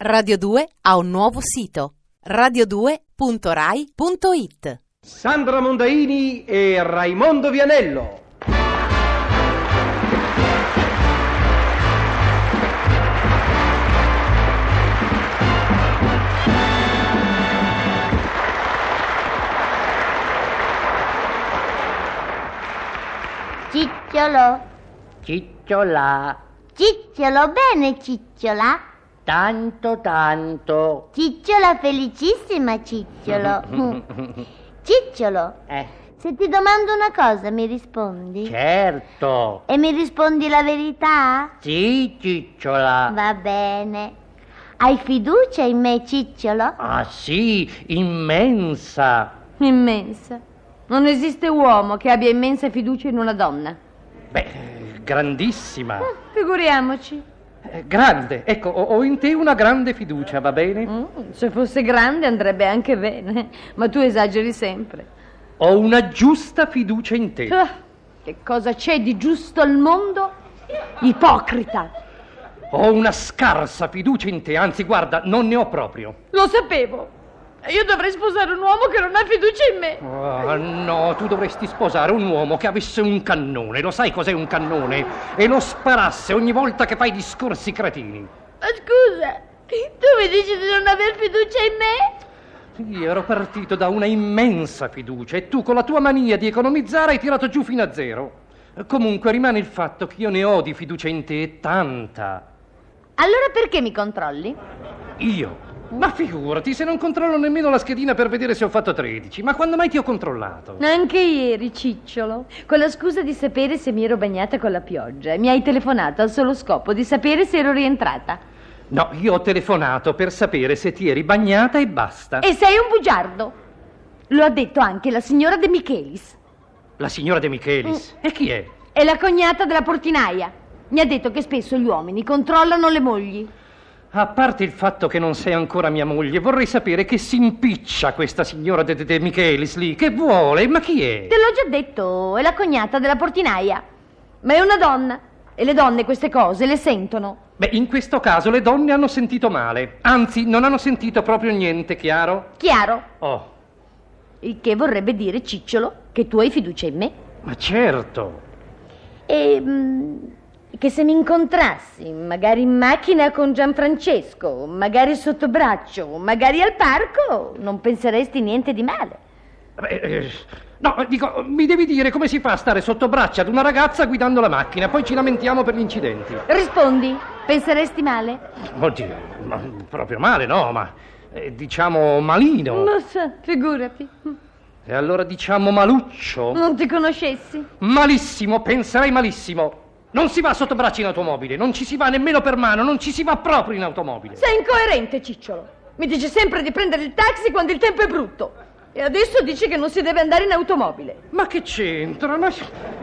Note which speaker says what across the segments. Speaker 1: Radio 2 ha un nuovo sito radio2.rai.it.
Speaker 2: Sandra Mondaini e Raimondo Vianello.
Speaker 3: Cicciolo,
Speaker 4: Cicciola,
Speaker 3: cicciolo bene cicciola,
Speaker 4: tanto tanto.
Speaker 3: cicciola felicissima cicciolo. Cicciolo,
Speaker 4: Eh,
Speaker 3: se ti domando una cosa mi rispondi?
Speaker 4: certo.
Speaker 3: E mi rispondi la verità?
Speaker 4: Sì, cicciola.
Speaker 3: Va bene. Hai fiducia in me cicciolo?
Speaker 4: Ah sì, immensa.
Speaker 5: Immensa. Non esiste uomo che abbia immensa fiducia in una donna.
Speaker 4: Beh, grandissima.
Speaker 5: Figuriamoci.
Speaker 4: Eh, Grande. Ecco, ho, ho in te una grande fiducia, va bene?
Speaker 5: Mm, se fosse grande andrebbe anche bene, ma tu esageri sempre.
Speaker 4: Ho una giusta fiducia in te.
Speaker 5: Ah, che cosa c'è di giusto al mondo? Ipocrita.
Speaker 4: Ho una scarsa fiducia in te, anzi, guarda, non ne ho proprio.
Speaker 5: Lo sapevo. Io dovrei sposare un uomo che non ha fiducia in me.
Speaker 4: Ah, no, tu dovresti sposare un uomo che avesse un cannone, lo sai cos'è un cannone? E lo sparasse ogni volta che fai discorsi cretini.
Speaker 5: Ma scusa, tu mi dici di non aver fiducia in me?
Speaker 4: Io ero partito da una immensa fiducia e tu con la tua mania di economizzare hai tirato giù fino a zero. Comunque rimane il fatto che io ne ho di fiducia in te e tanta.
Speaker 5: Allora perché mi controlli?
Speaker 4: Io? Ma figurati, se non controllo nemmeno la schedina per vedere se ho fatto 13, ma quando mai ti ho controllato?
Speaker 5: Anche ieri, Cicciolo, con la scusa di sapere se mi ero bagnata con la pioggia, e mi hai telefonato al solo scopo di sapere se ero rientrata.
Speaker 4: No, io ho telefonato per sapere se ti eri bagnata e basta.
Speaker 5: E sei un bugiardo. Lo ha detto anche la signora De Michelis.
Speaker 4: La signora De Michelis. E chi è?
Speaker 5: È la cognata della portinaia. Mi ha detto che spesso gli uomini controllano le mogli.
Speaker 4: A parte il fatto che non sei ancora mia moglie, vorrei sapere che si impiccia questa signora De, De- De Michelis lì. Che vuole? Ma chi è?
Speaker 5: Te l'ho già detto, è la cognata della portinaia. Ma è una donna. E le donne queste cose le sentono.
Speaker 4: Beh, in questo caso le donne hanno sentito male. Anzi, non hanno sentito proprio niente, chiaro?
Speaker 5: Chiaro?
Speaker 4: Oh,
Speaker 5: Il che vorrebbe dire, Cicciolo, che tu hai fiducia in me.
Speaker 4: ma certo.
Speaker 5: E mm, che se mi incontrassi, magari in macchina con Gianfrancesco, magari sotto braccio, magari al parco, non penseresti niente di male.
Speaker 4: Beh, eh, no, dico, mi devi dire come si fa a stare sotto braccia ad una ragazza guidando la macchina, poi ci lamentiamo per gli incidenti.
Speaker 5: Rispondi, penseresti male?
Speaker 4: Oddio, ma proprio male, no, ma eh, diciamo malino.
Speaker 5: so, figurati,
Speaker 4: E allora diciamo maluccio.
Speaker 5: non ti conoscessi.
Speaker 4: Malissimo, penserei malissimo. Non si va sotto braccia in automobile, non ci si va nemmeno per mano, non ci si va proprio in automobile.
Speaker 5: Sei incoerente, Cicciolo. Mi dici sempre di prendere il taxi quando il tempo è brutto. E adesso dici che non si deve andare in automobile.
Speaker 4: Ma che c'entra? Ma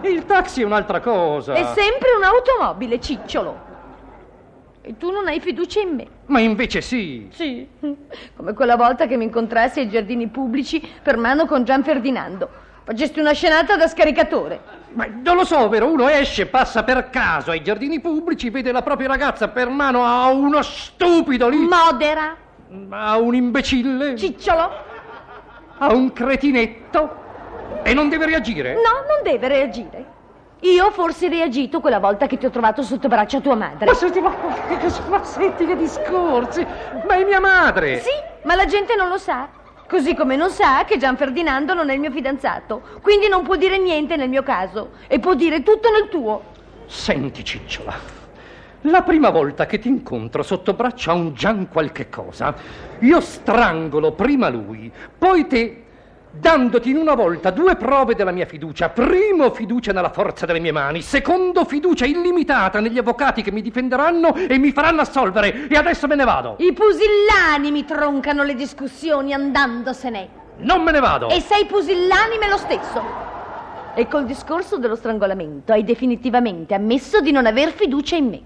Speaker 4: il taxi è un'altra cosa.
Speaker 5: È sempre un'automobile, Cicciolo. E tu non hai fiducia in me.
Speaker 4: Ma invece sì.
Speaker 5: Sì, come quella volta che mi incontrassi ai giardini pubblici per mano con Gian Ferdinando. Facesti una scenata da scaricatore.
Speaker 4: Ma non lo so, vero? Uno esce, passa per caso ai giardini pubblici, vede la propria ragazza per mano a uno stupido lì.
Speaker 5: Modera,
Speaker 4: A un imbecille.
Speaker 5: cicciolo.
Speaker 4: A un cretinetto. E non deve reagire.
Speaker 5: No, non deve reagire. Io ho forse reagito quella volta che ti ho trovato sotto braccio a tua madre.
Speaker 4: Ma senti, ma, ma senti che discorsi. Ma è mia madre.
Speaker 5: Sì, ma la gente non lo sa. Così come non sa che Gian Ferdinando non è il mio fidanzato. Quindi non può dire niente nel mio caso. E può dire tutto nel tuo.
Speaker 4: Senti, Cicciola, la prima volta che ti incontro sotto braccio a un Gian qualche cosa, io strangolo prima lui, poi te, dandoti in una volta due prove della mia fiducia. Primo, fiducia nella forza delle mie mani. Secondo, fiducia illimitata negli avvocati che mi difenderanno e mi faranno assolvere. E adesso me ne vado.
Speaker 5: I pusillanimi troncano le discussioni andandosene.
Speaker 4: Non me ne vado.
Speaker 5: E sei pusillanime lo stesso. E col discorso dello strangolamento hai definitivamente ammesso di non aver fiducia in me,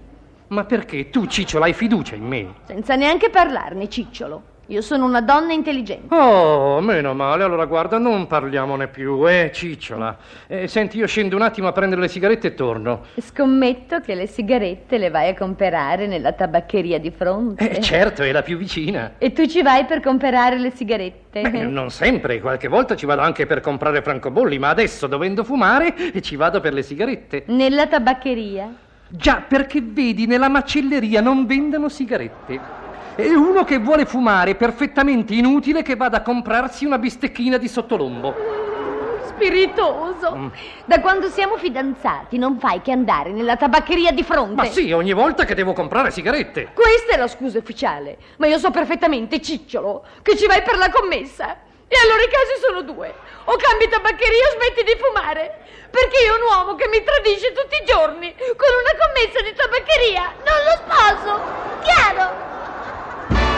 Speaker 4: Ma perché tu, Cicciola, hai fiducia in me?
Speaker 5: senza neanche parlarne, Cicciolo. Io sono una donna intelligente.
Speaker 4: Oh, meno male, allora guarda, non parliamone più, eh, cicciola. Eh, senti, io scendo un attimo a prendere le sigarette e torno.
Speaker 5: Scommetto che le sigarette le vai a comprare nella tabaccheria di fronte.
Speaker 4: Eh, certo, è la più vicina.
Speaker 5: E tu ci vai per comprare le sigarette.
Speaker 4: Beh, non sempre, qualche volta ci vado anche per comprare francobolli, ma adesso, dovendo fumare, eh, ci vado per le sigarette.
Speaker 5: Nella tabaccheria.
Speaker 4: Già, perché vedi, nella macelleria non vendono sigarette. E uno che vuole fumare è perfettamente inutile che vada a comprarsi una bistecchina di sottolombo.
Speaker 5: Spiritoso.
Speaker 4: Mm.
Speaker 5: Da quando siamo fidanzati non fai che andare nella tabaccheria di fronte.
Speaker 4: Ma sì, ogni volta che devo comprare sigarette.
Speaker 5: Questa è la scusa ufficiale, ma io so perfettamente, Cicciolo, che ci vai per la commessa. E allora i casi sono due. O cambi tabaccheria o smetti di fumare. Perché io un uomo che mi tradisce tutti i giorni con una commessa di tabaccheria non lo sposo. Chiaro?